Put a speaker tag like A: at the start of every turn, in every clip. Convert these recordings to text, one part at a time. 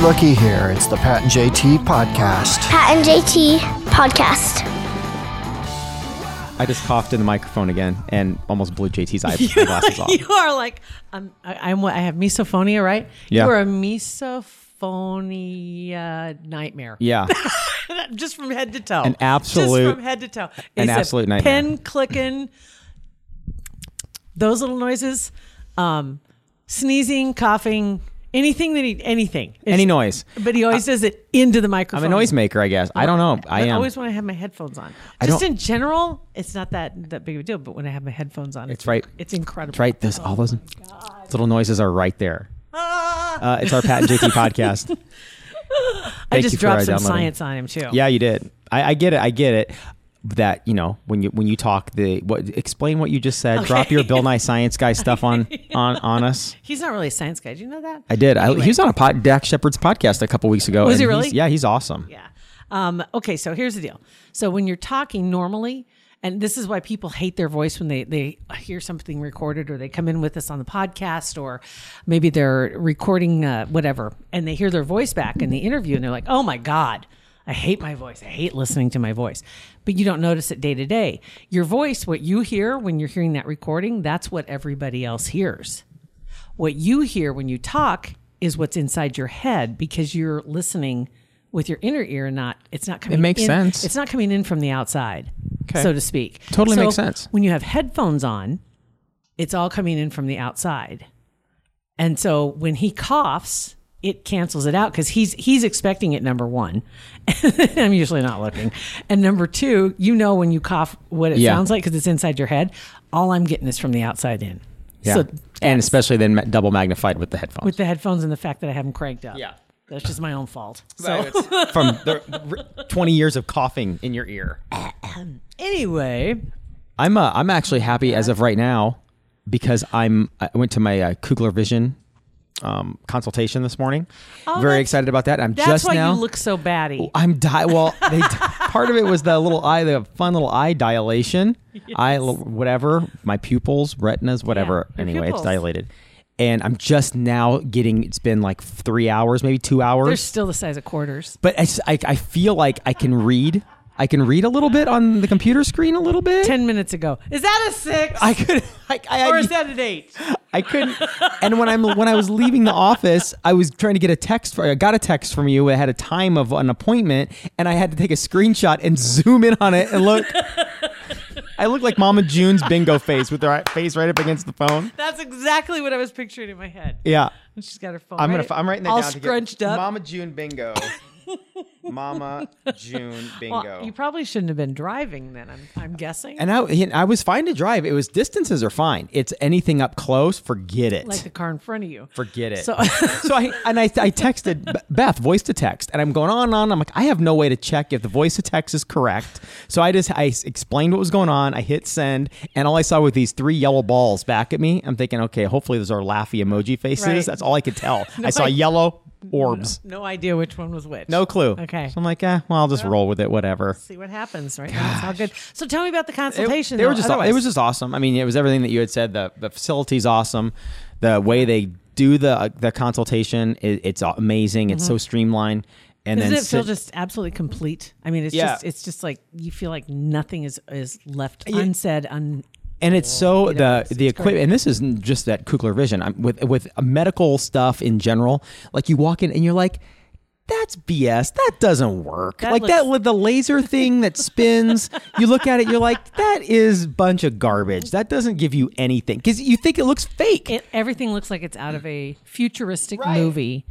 A: looky here. It's the Pat and JT podcast.
B: Pat and JT podcast.
C: I just coughed in the microphone again and almost blew JT's eyeglasses off.
D: you are like I'm, I, I'm what I have misophonia, right?
C: Yeah.
D: You are a misophonia nightmare.
C: Yeah.
D: Just from head to toe.
C: An
D: Just
C: absolute-
D: from head to toe.
C: an
D: It's a
C: absolute nightmare.
D: Pen clicking. Those little noises, um, sneezing, coughing, anything that he anything. It's-
C: Any noise.
D: But he always does it into the
C: I'm
D: microphone.
C: a noisemaker, I guess. I don't know. I
D: I
C: am.
D: always when I have my headphones on.
C: I
D: Just
C: don't-
D: in general, it's not that that big of a deal. But when I have my headphones on,
C: It's right.
D: It's incredible.
C: It's right. This, all those little noises are right there.
D: Ah.
C: Uh, it's our Pat and JT podcast.
D: I
C: Thank
D: just
C: you for,
D: dropped
C: uh,
D: some
C: downloading.
D: science on him too.
C: Yeah, you did. I, I get it. I get it. That you know when you when you talk the what explain what you just said. Drop your Bill Nye science guy stuff on on on us.
D: He's not really a science guy. Do you know that?
C: I did. I, he was on a pod, Dak Shepard's podcast a couple weeks ago.
D: Was he
C: and he's-
D: really?
C: yeah, he's awesome.
D: Yeah. Um, okay, so here's the deal. So when you're talking normally, and this is why people hate their voice when they, they hear something recorded or they come in with us on the podcast or maybe they're recording uh, whatever and they hear their voice back in the interview and they're like, oh my God, I hate my voice. I hate listening to my voice. But you don't notice it day to day. Your voice, what you hear when you're hearing that recording, that's what everybody else hears. what you hear when you talk is what's inside your head because you're listening with your inner ear and not it's not coming
C: makes
D: in-
C: sense.
D: it's not coming in from the outside
C: Okay.
D: so to speak
C: Totally
D: So
C: makes sense.
D: when you have headphones on it's all coming in from the outside and so when he coughs it cancels it out because he's he's expecting it number one i'm usually not looking and number two you know when you cough what it
C: Yeah.
D: sounds like because it's inside your head all i'm getting is from the outside in
C: Yeah.
D: so
C: and especially then ma- double magnified with the headphones.
D: with the headphones and the fact that I have them cranked up.
C: Yeah.
D: That's just my own fault. So
C: from the, r- 20 years of coughing in your ear.
D: anyway,
C: I'm uh, I'm actually happy as of right now because I'm I went to my uh, Kugler Vision um, consultation this morning. Very
D: Oh, that's-
C: excited about that. I'm
D: that's
C: just
D: why
C: now. Oh,
D: you look so batty.
C: I'm di- well. They d- part of it was the little eye, the fun little eye dilation, eye l- whatever, my pupils, retinas, whatever.
D: your
C: anyway, it's
D: pupils.
C: dilated, and I'm just now getting. It's been like three hours, maybe two hours.
D: They're still the size of quarters.
C: but I, s- I- I feel like I can read. I can read a little bit on the computer screen a little bit.
D: Ten minutes ago. Is that a six?
C: I could. I, I,
D: or
C: I,
D: is that an eight?
C: I couldn't. And when I'm when I was leaving the office, I was trying to get a text. For, I got a text from you. I had a time of an appointment, and I had to take a screenshot and zoom in on it and look. I look like Mama June's bingo face with her eye- face right up against the phone.
D: That's exactly what I was picturing in my head.
C: Yeah,
D: And she's got her phone.
C: I'm gonna.
D: right-
C: fi- I'm writing that
D: all
C: down. to get-
D: scrunched up.
C: Mama June bingo. Mama June bingo.
D: Well, you probably shouldn't have been driving then. I'm, I'm guessing.
C: and I, and I was fine to drive. It was distances are fine. It's anything up close, forget it.
D: like the car in front of you.
C: Forget it.
D: So-
C: so I and I, I texted B- Beth voice to text, and I'm going on and on. I'm like, I have no way to check if the voice to text is correct. So I just I s- explained what was going on. I hit send, and all I saw were these three yellow balls back at me. I'm thinking, okay, hopefully those are laughy emoji faces.
D: Right.
C: That's all I could tell. I saw
D: I-
C: yellow orbs.
D: no idea which one was which.
C: No. clue.
D: Okay.
C: So I'm like, eh, well, I'll just roll with it, whatever.
D: See what happens, right? That's all good. So tell me about the
C: It-
D: consultation.
C: they were
D: though,
C: just
D: otherwise.
C: it was just awesome. I mean, it was everything that you had said. The the facility's awesome. The way they do the uh, the consultation, it, it's a- amazing. It's so streamlined. And
D: Doesn't
C: then
D: Mm-hmm. it feel
C: sit-
D: just absolutely complete? I mean, it's
C: Yeah.
D: just it's just like you feel like nothing is is left unsaid. Un
C: and it's so the the equipment. And this isn't just that Kugler Vision. I'm, with with medical stuff in general, like you walk in and you're like. That's BS. That doesn't work.
D: That
C: like that with the laser thing that spins. you look at it, you're like, that is bunch of garbage. That doesn't give you anything because you think it looks fake.
D: it, everything looks like it's out of a futuristic
C: Right.
D: movie,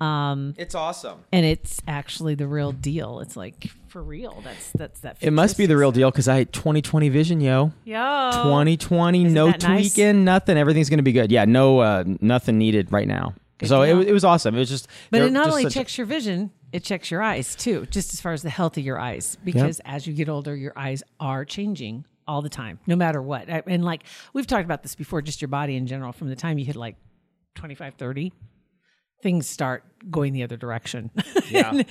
C: it's awesome.
D: and it's actually the real deal. It's like for real. That's that's that.
C: It must be the real deal because I 2020 vision, yo.
D: Yo,
C: 2020, no
D: Oh, that nice?
C: tweaking, nothing. Everything's gonna be good. Yeah, no, uh, nothing needed right now. so it,
D: know.
C: was- it was awesome. It was just,
D: But
C: they're
D: it not
C: just
D: only
C: such-
D: checks your vision, it checks your eyes too, just as far as the health of your eyes. Because as you get older, your eyes are changing all the time, no matter what. I- And like we've talked about this before, just your body in general, from the time you hit like 25, 30, things start going the other direction. Yeah.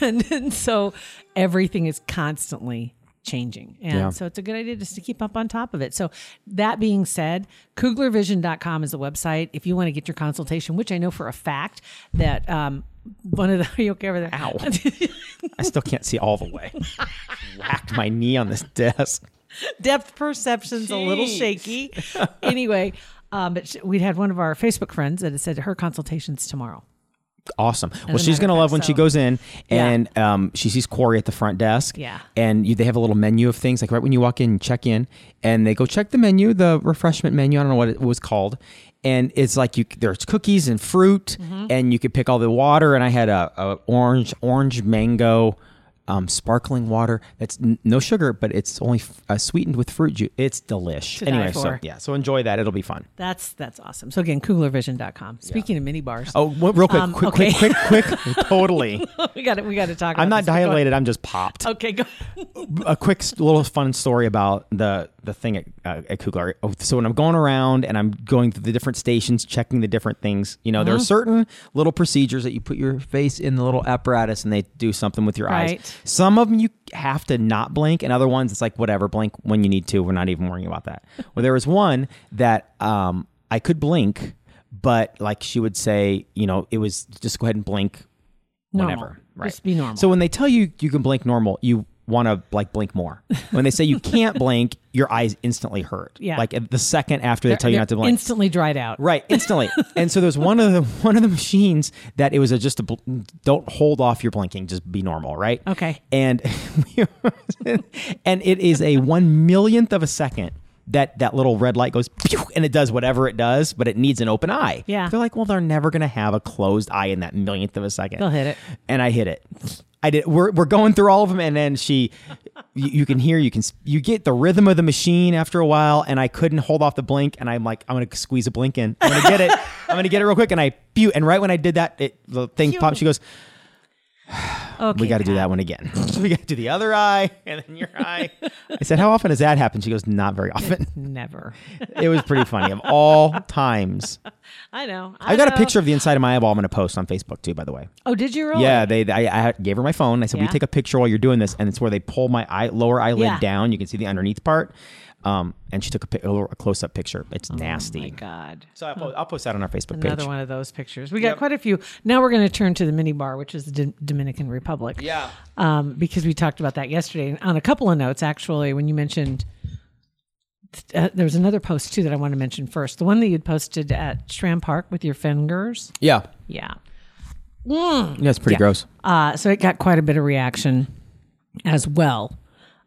D: and, and so everything is constantly changing. And
C: Yeah.
D: so it's a good idea just to keep up on top of it. So that being said, kuglervision.com is the website. If you want to get your consultation, which I know for a fact that um, one of the, are you okay over there? Ow.
C: I still can't see all the way. Whacked my knee on this desk.
D: depth perception's a little shaky. anyway, um, but sh- we had one of our Facebook friends that had said her consultation's tomorrow.
C: Awesome. Well,
D: a
C: she's
D: matter
C: gonna
D: of
C: love
D: fact,
C: when she
D: so-
C: goes in
D: Yeah.
C: and um, she sees Corey at the front desk.
D: Yeah.
C: And you, they have a little menu of things. Like right when you walk in, you check in, and they go check the menu, the refreshment menu. I don't know what it was called. And it's like you there's cookies and fruit,
D: Mm-hmm.
C: and you could pick all the water. And I had a, a orange orange mango. Um, sparkling water that's n- no sugar, but it's only f- uh, sweetened with fruit juice. It's delish.
D: die
C: anyway, so
D: for.
C: yeah, so enjoy that. It'll be fun.
D: That's that's awesome. So again, kuglervision.com. Speaking of mini bars,
C: Oh, w- real quick,
D: Um,
C: quick,
D: okay.
C: quick, quick, quick, totally.
D: we got to we got to talk.
C: I'm
D: about
C: not
D: this, but go ahead.
C: dilated. I'm just popped.
D: Okay, go.
C: a quick s- little fun story about the the thing at, uh, at Kugler. Oh, So when I'm going around and I'm going through the different stations, checking the different things, you know, there are
D: Mm-hmm.
C: certain little procedures that you put your face in the little apparatus and they do something with your eyes.
D: Right.
C: Some of them you have to not blink, and other ones it's like whatever, blink when you need to. We're not even worrying about that. well, there was one that um, I could blink, but like she would say, you know, it was just go ahead and blink
D: Normal.
C: whenever. Right.
D: Just be normal.
C: So when they tell you you can blink normal, you want to like blink more. When they say you can't blink, your eyes instantly hurt.
D: Yeah.
C: Like the second after they tell you not to
D: They're
C: blink.
D: Instantly dried out.
C: Right, instantly. and so there's one of the one of the machines that it was a, just a bl- don't hold off your blinking, just be normal, right?
D: Okay.
C: And we were- and it is a one millionth of a second that that little red light goes pew, and it does whatever it does, but it needs an open eye.
D: Yeah.
C: They're like, well, they're never gonna have a closed eye in that millionth of a second.
D: They'll hit it.
C: And I hit it. I did. We're, we're going through all of them, and then she, you, you can hear, you can, s- you get the rhythm of the machine after a while, and I couldn't hold off the blink, and I'm like, I'm gonna squeeze a blink in, I'm gonna get it, I'm gonna get it real quick, and I, pew, and right when I did that, it the thing popped. She goes,
D: Okay.
C: we got to do that one again. we got to do the other eye, and then your eye. I said, how often does that happen? She goes, not very often.
D: Never.
C: it was pretty funny of all times.
D: I know. I,
C: I got a
D: know.
C: picture of the inside of my eyeball. I'm gonna post on Facebook too, by the way.
D: Oh, did you really?
C: Yeah, they. I, I had- gave her my phone. I said, "We
D: Yeah.
C: take a picture while you're doing this," and it's where they pull my eye, lower eyelid
D: Yeah.
C: down. You can see the underneath part. Um, and she took a, pi- a, little- a close-up picture. It's nasty.
D: Oh My God.
C: So I'll, po- I'll post that on our Facebook
D: Another
C: page.
D: one of those pictures. We got quite a few. Now we're going to turn to the mini bar, which is the D- Dominican Republic. Yeah. Um, because we talked about that yesterday and on a couple of notes, actually, when you mentioned. Uh, there was another post too that I want to mention first. The one that you'd posted at Shram Park with your fingers.
C: Yeah,
D: Yeah.
C: yeah, it's pretty gross.
D: Uh, so it got quite a bit of reaction as well.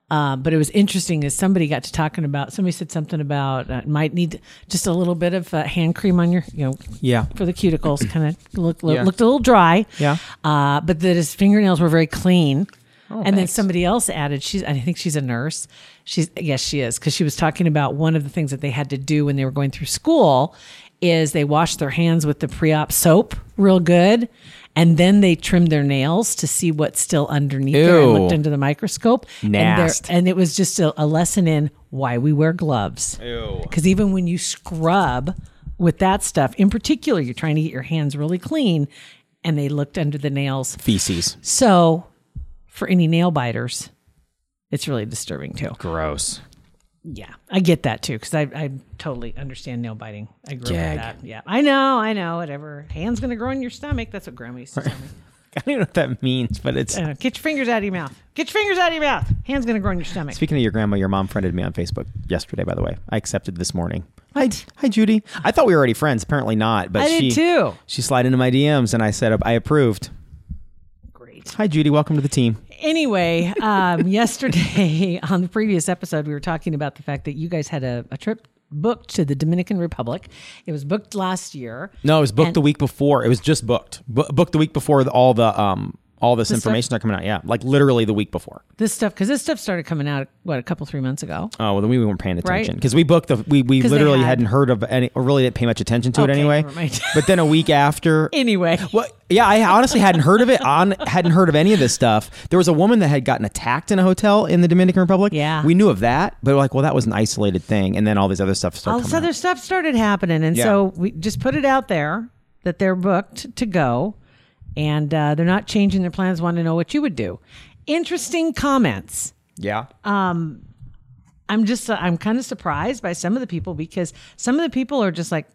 D: Um, but it was interesting as somebody got to talking about, somebody said something about uh, might need just a little bit of uh, hand cream on your, you know,
C: Yeah,
D: for the cuticles, kind of looked look,
C: Yeah.
D: looked a little dry.
C: Yeah. Oh,
D: Uh, but that his fingernails were very clean. and then somebody else added, she's I think she's a nurse. She's yes, she is because she was talking about one of the things that they had to do when they were going through school is they washed their hands with the pre-op soap real good. And then they trimmed their nails to see what's still underneath there and
C: Ew.
D: looked under the microscope. And there-
C: Nast.
D: And, it was just a, a lesson in why we wear gloves. Because even when you scrub with that stuff, in particular, you're trying to get your hands really clean, and they looked under the nails.
C: feces.
D: So, for any nail biters, it's really disturbing too.
C: Gross.
D: Yeah, I get that too because I, I totally understand nail biting. I grew
C: Gag.
D: up with that. Yeah, I know, I know. Whatever, hands gonna grow in your stomach. That's what Grandma used to tell me.
C: I don't even know what that means, but it's.
D: Uh, get your fingers out of your mouth. Get your fingers out of your mouth. Hands gonna grow in your stomach.
C: Speaking of your grandma, your mom friended me on Facebook yesterday. By the way, I accepted this morning. Hi, hi, Judy. I thought we were already friends. Apparently not. But
D: I
C: she
D: did too.
C: She slid into my DMs, and I said I approved.
D: Great.
C: Hi, Judy. Welcome to the team.
D: anyway, um, yesterday on the previous episode, we were talking about the fact that you guys had a, a trip booked to the Dominican Republic. It was booked last year.
C: No, it was booked
D: And-
C: the week before. It was just booked. Bu- booked the week before the, all the um all this information are coming out. Yeah, like literally the week before.
D: This stuff, because this stuff started coming out, what, a couple, three months ago?
C: Oh well, then we weren't paying
D: Right.
C: attention because we booked the we we
D: 'Cause they
C: literally
D: had-
C: hadn't heard of any or really didn't pay much attention to it
D: Okay,
C: anyway.
D: never mind.
C: but then a week after,
D: Anyway.
C: Well, yeah, I honestly hadn't heard of it. On hadn't heard of any of this stuff. There was a woman that had gotten attacked in a hotel in the Dominican Republic.
D: Yeah.
C: we knew of that, but we're like, well, that was an isolated thing, and then all these other stuff started
D: All
C: coming
D: this
C: out.
D: other stuff started happening. And so we just put it out there that they're booked to go and uh, they're not changing their plans, want to know what you would do. Interesting comments.
C: Yeah.
D: I'm just uh, I'm kind of surprised by some of the people because some of the people are just like,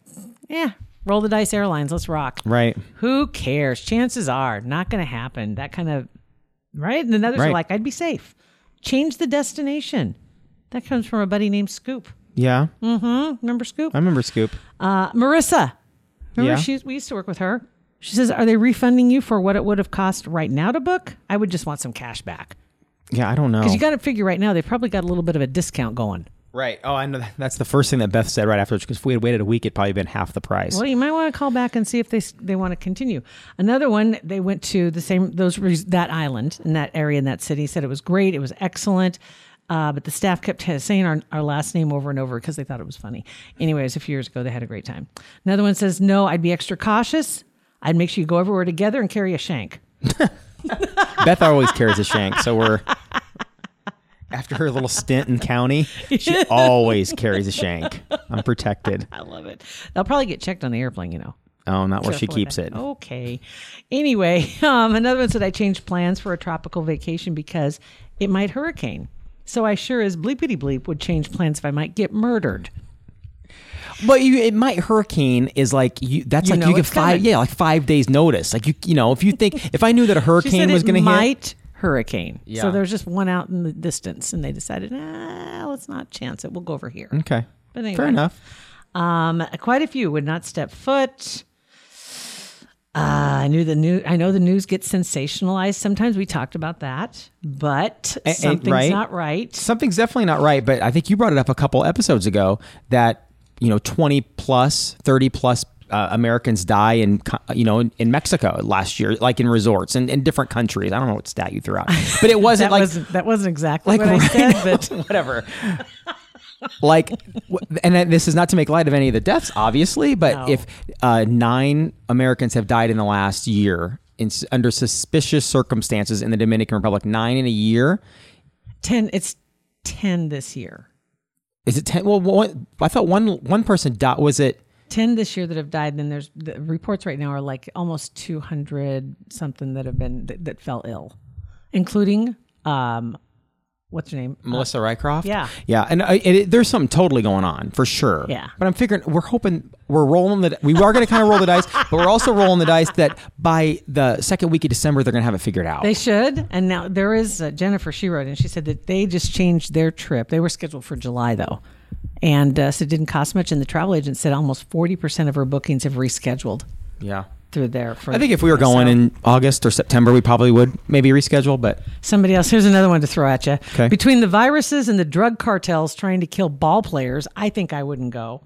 D: yeah, roll the dice, airlines, let's rock.
C: right.
D: Who cares? Chances are not going to happen. That kind of right. And then others
C: Right.
D: are like, I'd be safe. Change the destination. That comes from a buddy named Scoop.
C: Yeah.
D: mm. Remember Scoop?
C: I remember Scoop.
D: Uh, Marissa.
C: Yeah.
D: Remember she we used to work with her. She says, "Are they refunding you for what it would have cost right now to book? I would just want some cash back
C: Yeah, I don't know.
D: because you got to figure right now they probably got a little bit of a discount going.
C: right. Oh, I know. that- That's the first thing that Beth said right afterwards. Because if we had waited a week, it'd probably been half the price.
D: Well, you might want to call back and see if they they want to continue. Another one, they went to the same those res- that island in that area in that city. Said it was great, it was excellent, uh, but the staff kept t- saying our, our last name over and over because they thought it was funny. Anyways, a few years ago, they had a great time. Another one says, "No, I'd be extra cautious. I'd make sure you go everywhere together and carry a shank."
C: Beth always carries a shank, so we're after her little stint in county, she always carries a shank. I'm protected.
D: I love it. They'll probably get checked on the airplane, you know.
C: Oh, not where she
D: Careful with
C: keeps
D: that. Oh.
C: it.
D: Okay. Anyway, um, another one said I changed plans for a tropical vacation because it might hurricane. So I sure as bleepity bleep would change plans if I might get murdered.
C: But you, it might hurricane is like you. That's
D: You
C: like
D: know
C: you get
D: it's
C: five,
D: coming.
C: yeah, like five days notice. Like you, you know, if you think if I knew that a
D: She
C: hurricane
D: said
C: was
D: it
C: going to hit,
D: might hurricane.
C: Yeah.
D: So there's just one out in the distance, and they decided, ah, let's not chance it. We'll go over here.
C: okay,
D: But anyway.
C: fair enough.
D: Um, quite a few would not step foot. Uh, I knew the new. I know the news gets sensationalized. Sometimes we talked about that, but
C: eh,
D: something's
C: right?
D: not right.
C: something's definitely not right but i think you brought it up a couple episodes ago that you know 20 plus 30 plus uh, americans die in co- you know in, in mexico last year like in resorts and in different countries i don't know what stat you threw out but it wasn't
D: that
C: like
D: wasn't that wasn't exactly
C: like
D: what I
C: right
D: said,
C: now-
D: but
C: whatever like w- and then this is not to make light of any of the deaths obviously but
D: No.
C: if uh, nine americans have died in the last year in, s- under suspicious circumstances in the dominican republic nine in a year
D: ten. It's ten this year.
C: Is it ten? Well, one, I thought one one person died. Was it?
D: Ten this year that have died. Then there's the reports right now are like almost two hundred something that have been that, that fell ill, including um, what's her name?
C: Uh, Melissa Rycroft.
D: yeah.
C: yeah, and I, it, it- there's something totally going on for sure.
D: Yeah.
C: but I'm figuring we're hoping we're rolling the we are going to kind of roll the dice, but we're also rolling the dice that by the second week of December they're going to have it figured out.
D: They should. And now there is uh, Jennifer. She wrote and she said that they just changed their trip. They were scheduled for July though, and uh, so it didn't cost much. And the travel agent said almost forty percent of her bookings have rescheduled
C: yeah,
D: through there. For
C: I think if we were going in August or September, we probably would maybe reschedule. But
D: Somebody else. Here's another one to throw at you.
C: Okay.
D: Between the viruses and the drug cartels trying to kill ball players, I think I wouldn't go.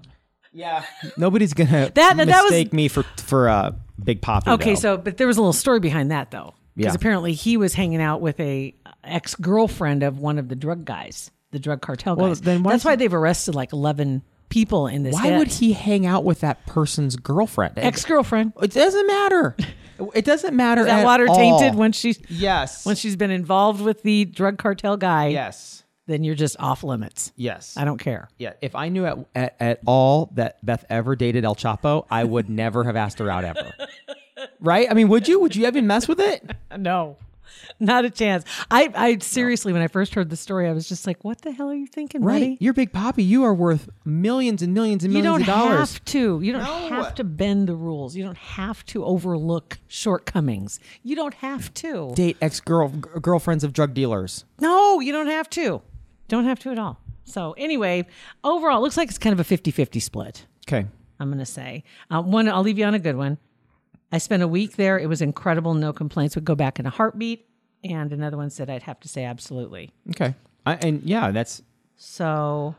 C: yeah, nobody's going to
D: That- that was-
C: mistake me for for uh, Big Poppy.
D: Okay,
C: though.
D: so but there was a little story behind that though, because
C: Yeah.
D: apparently he was hanging out with a ex girlfriend of one of the drug guys, the drug cartel guys.
C: then why
D: That's
C: is he-
D: why they've arrested like eleven people in this.
C: why would he hang out with that person's girlfriend?
D: ex girlfriend?
C: It doesn't matter. It doesn't matter.
D: Is that
C: at
D: water
C: all.
D: tainted once she's
C: Yes.
D: once she's been involved with the drug cartel guy?
C: yes.
D: Then you're just off limits.
C: Yes.
D: I don't care.
C: Yeah. If I knew at, at at all that Beth ever dated El Chapo, I would never have asked her out ever. Right? I mean, would you? Would you even mess with it?
D: No, not a chance. I, I seriously, when I first heard the story, I was just like, "What the hell are you thinking, buddy?
C: You're Big Poppy. You are worth millions and millions and
D: You
C: millions
D: don't
C: of dollars.
D: have to. You don't have to bend the rules. You don't have to overlook shortcomings. You don't have to.
C: Date ex girl girlfriends of drug dealers.
D: No, you don't have to. Don't have to at all." So anyway, overall, it looks like it's kind of a 50-50 split.
C: Okay.
D: I'm going to say. Uh, one, I'll leave you on a good one. I spent a week there. It was incredible. No complaints. Would go back in a heartbeat. And another one said I'd have to say absolutely.
C: Okay. I, and yeah, that's
D: So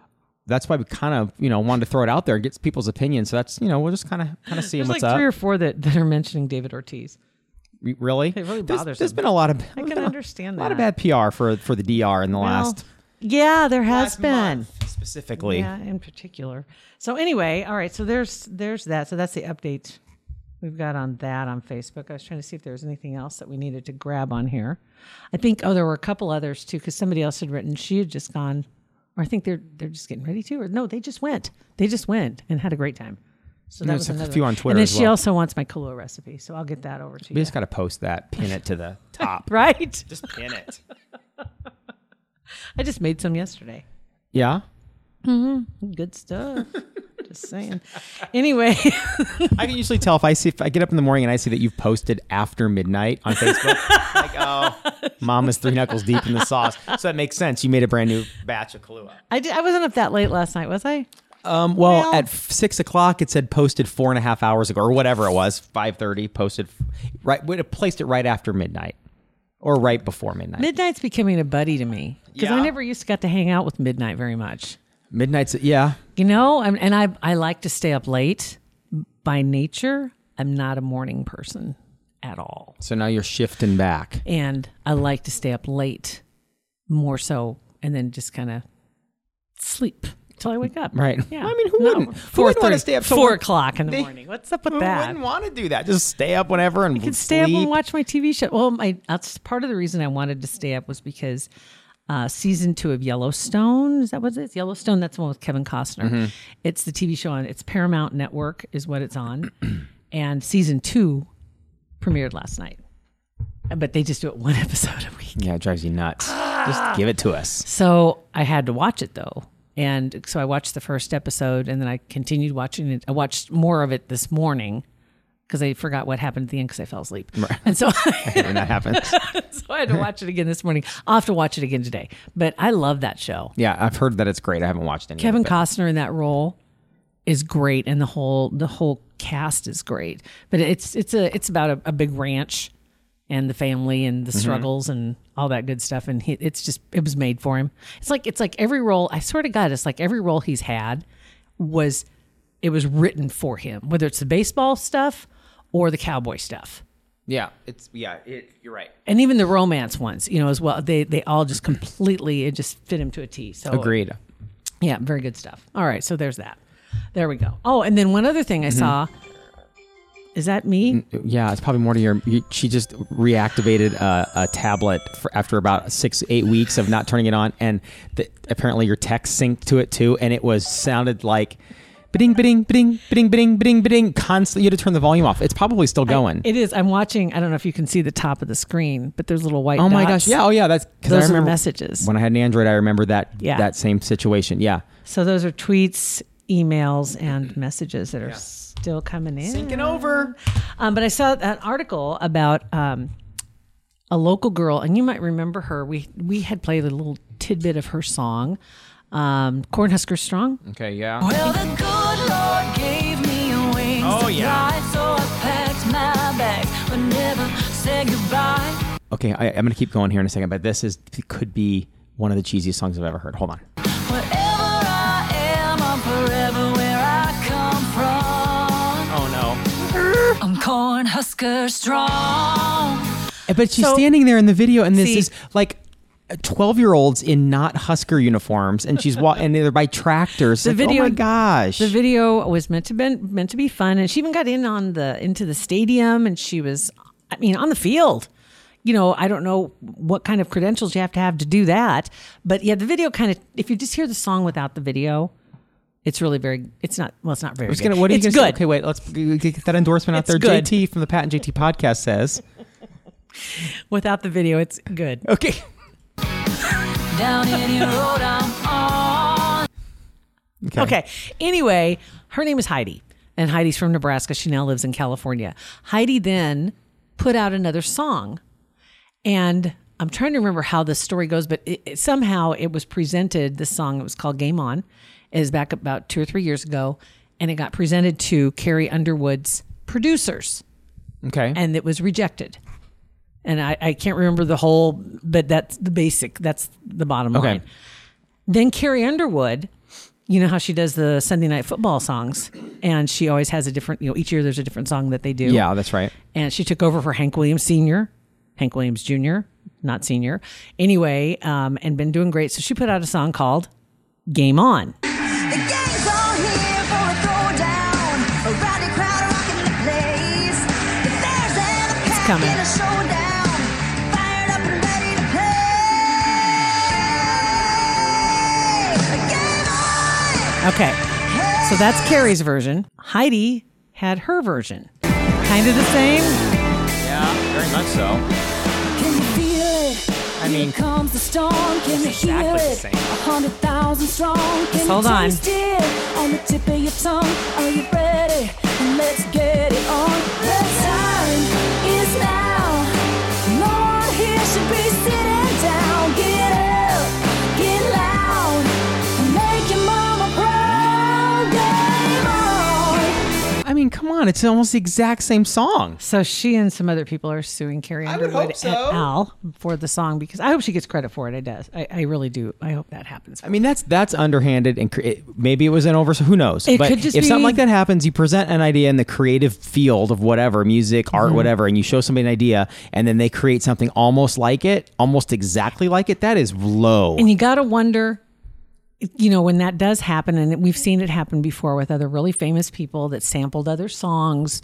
C: that's why we kind of you know wanted to throw it out there and get people's opinions. So that's you know we'll just kind of kind of see
D: there's
C: what's
D: like
C: up.
D: three or four that, that are mentioning David Ortiz.
C: Re- Really?
D: It really
C: There's-
D: bothers
C: There's
D: them.
C: been a lot of
D: I can understand
C: a lot of
D: that.
C: bad PR for for the DR in the last
D: yeah, there has
C: last
D: been.
C: month specifically.
D: Yeah, in particular. So anyway, all right. So there's there's that. So that's the update we've got on that on Facebook. I was trying to see if there was anything else that we needed to grab on here. I think oh, there were a couple others too because somebody else had written. She had just gone, or I think they're they're just getting ready to, or no, they just went. They just went and had a great time. So that
C: there's
D: was
C: a
D: another
C: few
D: one.
C: on Twitter
D: And then
C: as
D: she
C: well.
D: also wants my Kahlua recipe, so I'll get that over to
C: We
D: you.
C: just got to post that, pin it to the top.
D: Right?
C: Just pin it.
D: I just made some yesterday.
C: Yeah.
D: Good stuff. just saying. Anyway,
C: I can usually tell if I see if I get up in the morning and I see that you've posted after midnight on Facebook. like, oh, mom is three knuckles deep in the sauce. So that makes sense. You made a brand new batch of Kahlua.
D: I did, I wasn't up that late last night, was I?
C: Um, well,
D: Well-
C: at f- six o'clock it said posted four and a half hours ago or whatever it was. Five thirty posted f- right. Would have placed it right after midnight or right before midnight.
D: Midnight's becoming a buddy to me because I
C: Yeah.
D: never used to got to hang out with Midnight very much.
C: Midnight's yeah.
D: You know, and, and I I like to stay up late by nature. I'm not a morning person at all.
C: So now you're shifting back.
D: and I like to stay up late more so and then just kind of sleep till I wake up.
C: Right.
D: Yeah.
C: Well, I mean, who wouldn't? Who
D: Four
C: wouldn't wanna
D: thirty.
C: stay up till
D: four
C: one-
D: o'clock in the
C: They-
D: morning. What's up with
C: Who
D: that?
C: wouldn't want to do that? Just stay up whenever and
D: I could stay up
C: sleep.
D: and watch my TV show. Well, my that's part of the reason I wanted to stay up was because uh, season two of Yellowstone is that what it is? Yellowstone. That's the one with Kevin Costner. It's the TV show on. It's Paramount Network is what it's on, and season two premiered last night. But they just do it one episode a week.
C: Yeah, it drives you nuts. Just give it to us.
D: So I had to watch it though. And so I watched the first episode and then I continued watching it. I watched more of it this morning because I forgot what happened at the end because I fell asleep. And so, so
C: when that happens.
D: Oh, I had to watch it again this morning. I'll have to watch it again today. But I love that show.
C: Yeah, I've heard that it's great. I haven't watched any.
D: Kevin
C: of it.
D: Costner in that role is great and the whole the whole cast is great. But it's it's a it's about a, a big ranch and the family and the struggles and all that good stuff and he, it's just it was made for him. It's like it's like every role I swear to God it's like every role he's had was it was written for him whether it's the baseball stuff or the cowboy stuff
C: Yeah, it's yeah. It, you're right.
D: and even the romance ones you know as well they they all just completely it just fit him to a T. So
C: Agreed.
D: yeah, very good stuff. All right, so there's that. There we go. Oh, and then one other thing
C: Mm-hmm.
D: I saw. Is that me?
C: Yeah, it's probably more to your. you- She just reactivated a, a tablet for after about six, eight weeks of not turning it on, and the, apparently your text synced to it too, and it was sounded like. Bing, bing, bing, bing, bing, bing, bing. Constantly, you had to turn the volume off. It's probably still going.
D: It is. I'm watching. I don't know if you can see the top of the screen, but there's little white.
C: oh my
D: dots.
C: gosh! Yeah. Oh yeah. That's because I
D: Those are the
C: remember
D: messages.
C: when I had an Android. I remember that
D: Yeah.
C: that same situation. Yeah.
D: So those are tweets, emails, and messages that are still coming in.
C: Thinking over.
D: Um, but I saw an article about um, a local girl, and you might remember her. We we had played a little tidbit of her song, um, "Cornhusker Strong."
C: Okay. Yeah.
E: Well, the good Lord gave me wings.
C: Oh, yeah.
E: to fly, so I packed my bags, but never said goodbye.
C: Okay, I, I'm gonna keep going here in a second, but this is could be one of the cheesiest songs I've ever heard. Hold on.
E: Wherever I am, I'm forever where I come from.
C: Oh no!
E: I'm corn husker strong.
C: Eh, But she's
D: So-
C: standing there in the video, and this
D: See-
C: is like. 12 year olds in not Husker uniforms, and she's wa- and they're by tractors. The
D: video-
C: oh my gosh.
D: The video was meant to been meant to be fun, and she even got in on the into the stadium, and she was, I mean, on the field. You know, I don't know what kind of credentials you have to have to do that, but yeah, the video kind of. If you just hear the song without the video, it's really very. It's not. Well, it's not very.
C: It's
D: good.
C: gonna, what are you
D: it's
C: gonna say?
D: good.
C: Okay, wait, let's g- g- get that endorsement out
D: It's
C: there.
D: good.
C: JT from the Pat and JT podcast says,
D: Without the video, it's good.
C: Okay,
E: Down any road I'm on.
C: okay,
D: Okay. Anyway, her name is Heidi, and Heidi's from Nebraska. She now lives in California. Heidi then put out another song, and I'm trying to remember how the story goes, but it, it- somehow it was presented. This song it was called "Game On," is back about two or three years ago, and it got presented to Carrie Underwood's producers
C: okay.
D: and it was rejected. And I, I can't remember the whole, but that's the basic. That's the bottom
C: Okay.
D: line. Then Carrie Underwood, you know how she does the Sunday night football songs, and she always has a different. You know, each year there's a different song that they do.
C: yeah, that's right.
D: And she took over for Hank Williams Senior, Hank Williams Junior, not Senior. Anyway, um, and been doing great. So she put out a song called "Game On."
F: The gang's all here for a throwdown. A rowdy crowd rocking the place. If there's an attack
D: coming.
F: in a showdown, fired up and ready to play. A game on.
D: Okay.
F: Hey.
D: So that's Carrie's version. Heidi had her version. Kind of the same.
C: Yeah, very much so.
F: Can you feel it?
C: I I mean,
E: comes the storm, can you hear
C: exactly the
E: it?
C: same.
E: A hundred thousand strong, can you
D: hold on.
E: taste it? On the tip of your tongue, are you ready? Let's get it on. The time is now. No one here should be sitting down. Get up, get loud, and make your mama proud. Game on.
C: I mean, come on, it's almost the exact same song.
D: So she and some other people are suing Carrie
C: would
D: Underwood
C: hope so.
D: et al. for the song because I hope she gets credit for it. I does. I, I really do. I hope that happens.
C: I mean, that's that's underhanded, and cre- it, maybe it was an over. Who knows?
D: It
C: but
D: could just
C: if something
D: be-
C: like that happens, you present an idea in the creative field of whatever music, art, whatever, and you show somebody an idea, and then they create something almost like it, almost exactly like it. That is low.
D: And you got to wonder, you know, when that does happen, and we've seen it happen before with other really famous people that sampled other songs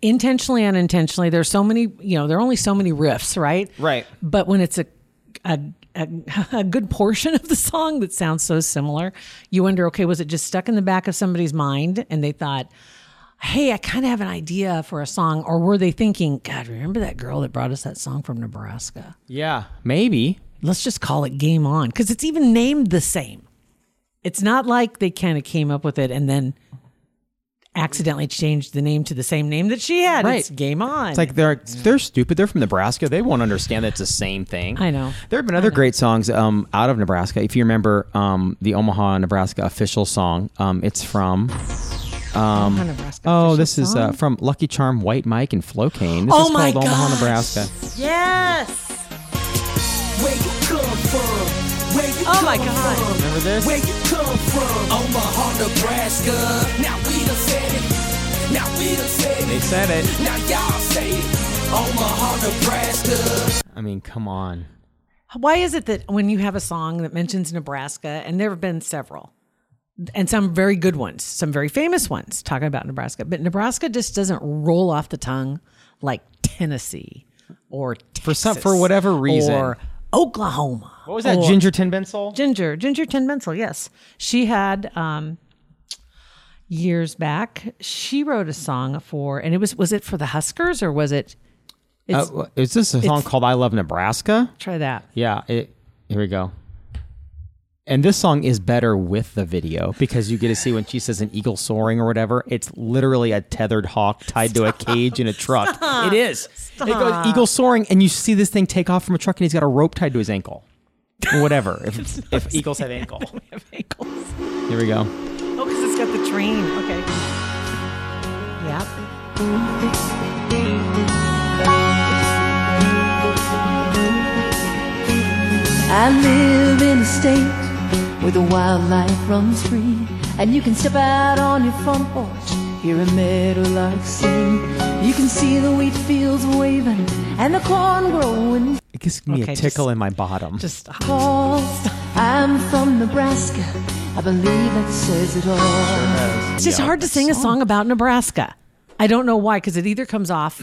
D: intentionally, unintentionally. There's so many, you know, there are only so many riffs, right?
C: Right.
D: But when it's a, a, a, a good portion of the song that sounds so similar, you wonder, okay, was it just stuck in the back of somebody's mind and they thought, hey, I kind of have an idea for a song? Or were they thinking, God, remember that girl that brought us that song from Nebraska?
C: yeah, maybe.
D: let's just call it game on because it's even named the same. It's not like they kind of came up with it and then accidentally changed the name to the same name that she had.
C: Right.
D: It's game on.
C: It's like they're they're stupid. They're from Nebraska. They won't understand that it's the same thing.
D: I know.
C: There have been other great songs um, out of Nebraska. If you remember um, the Omaha, Nebraska official song, um, it's from. um,
D: Omaha, Nebraska
C: Oh,
D: official
C: this is uh,
D: song.
C: from Lucky Charm, White Mike, and Flo Kane. This
D: Oh
C: is
D: my
C: called Omaha,
D: gosh.
C: Nebraska.
D: yes.
G: Where you come from? Where you
D: Oh
G: come
D: my God.
G: From?
C: Remember this?
G: Where you come from? Omaha, Nebraska. Now we done said it. Now we done said it.
C: They said it.
G: Now y'all say it. Omaha, Nebraska.
C: I mean, come on.
D: Why is it that when you have a song that mentions Nebraska, and there have been several, and some very good ones, some very famous ones talking about Nebraska, but Nebraska just doesn't roll off the tongue like Tennessee or Texas
C: For some, for whatever reason.
D: or Oklahoma.
C: what was that? Ginger Tin Bensoul?
D: Ginger, Ginger Tin Bensel, yes. She had um years back, she wrote a song for and it was was it for the Huskers or was it
C: Uh,
D: it's,
C: wh- is this a song
D: it's-
C: called "I Love Nebraska"?
D: try that.
C: Yeah. It, here we go. And this song is better with the video because you get to see when she says an eagle soaring or whatever. It's literally a tethered hawk tied to a cage in a truck. It is. It goes eagle soaring, and you see this thing take off from a truck, and he's got a rope tied to his ankle. Or whatever. If, if eagles have ankle.
D: Ankles.
C: Here we go.
D: Oh, because it's got the train. Okay. Yep.
H: I live in a state where the wildlife runs free, and you can step out on your front porch, hear a meadowlark sing. You can see the wheat fields waving and the corn growing.
C: It gives me
D: Okay,
C: a
D: just-
C: tickle in my bottom.
D: Just stop.
H: Cause I'm from Nebraska. I believe that says it all.
D: It's just hard to sing a song about Nebraska. I don't know why, because it either comes off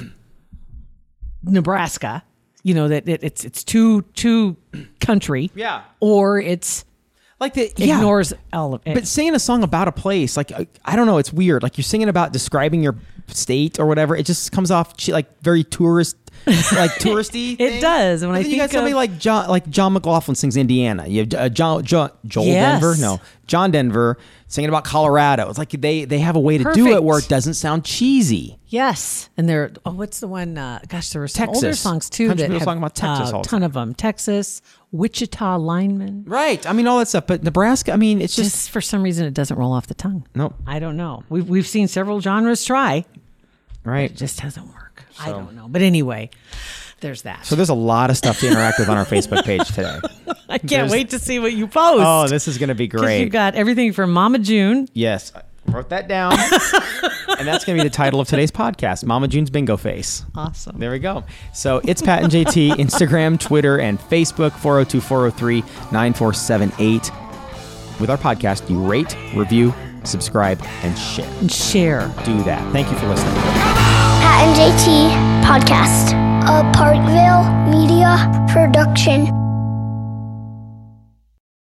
D: Nebraska, you know, that it, it's it's too too country.
C: Yeah.
D: Or it's
C: like the
D: ignores all of it.
C: But singing a song about a place, like I, I don't know, it's weird. Like you're singing about describing your state or whatever. It just comes off che- like very tourist, like touristy.
D: It
C: thing.
D: does. When
C: But
D: I
C: then you got
D: think
C: somebody
D: of-
C: like John, like John McLaughlin sings Indiana. You have uh, John, John Joel
D: Yes.
C: Denver, no John Denver singing about Colorado. It's like they they have a way to do
D: Perfect.
C: it where it doesn't sound cheesy.
D: Yes, and there. Oh, what's the one? Uh, gosh, there were some older
C: Texas.
D: songs too
C: Country
D: that
C: people
D: have
C: talking about Texas
D: uh,
C: all the
D: ton of them. Texas, Wichita lineman.
C: Right. I mean all that stuff, but Nebraska. I mean it's just,
D: Just for some reason, it doesn't roll off the tongue.
C: nope.
D: I don't know. We've we've seen several genres try.
C: Right.
D: It just doesn't work. I don't know. But anyway, there's that.
C: So there's a lot of stuff to interact with on our Facebook page today.
D: I can't
C: there's-
D: wait to see what you post.
C: Oh, this is going to be
D: 'Cause
C: great.
D: You've got everything from Mama June.
C: Yes, I wrote that down. and that's going to be the title of today's podcast, Mama June's Bingo Face.
D: Awesome.
C: There we go. So it's Pat and JT, Instagram, Twitter, and Facebook, 402 403 9478. With our podcast, you rate, review, subscribe, and share.
D: And share.
C: Do that. Thank you for listening.
B: Pat and JT Podcast. A Parkville Media Production.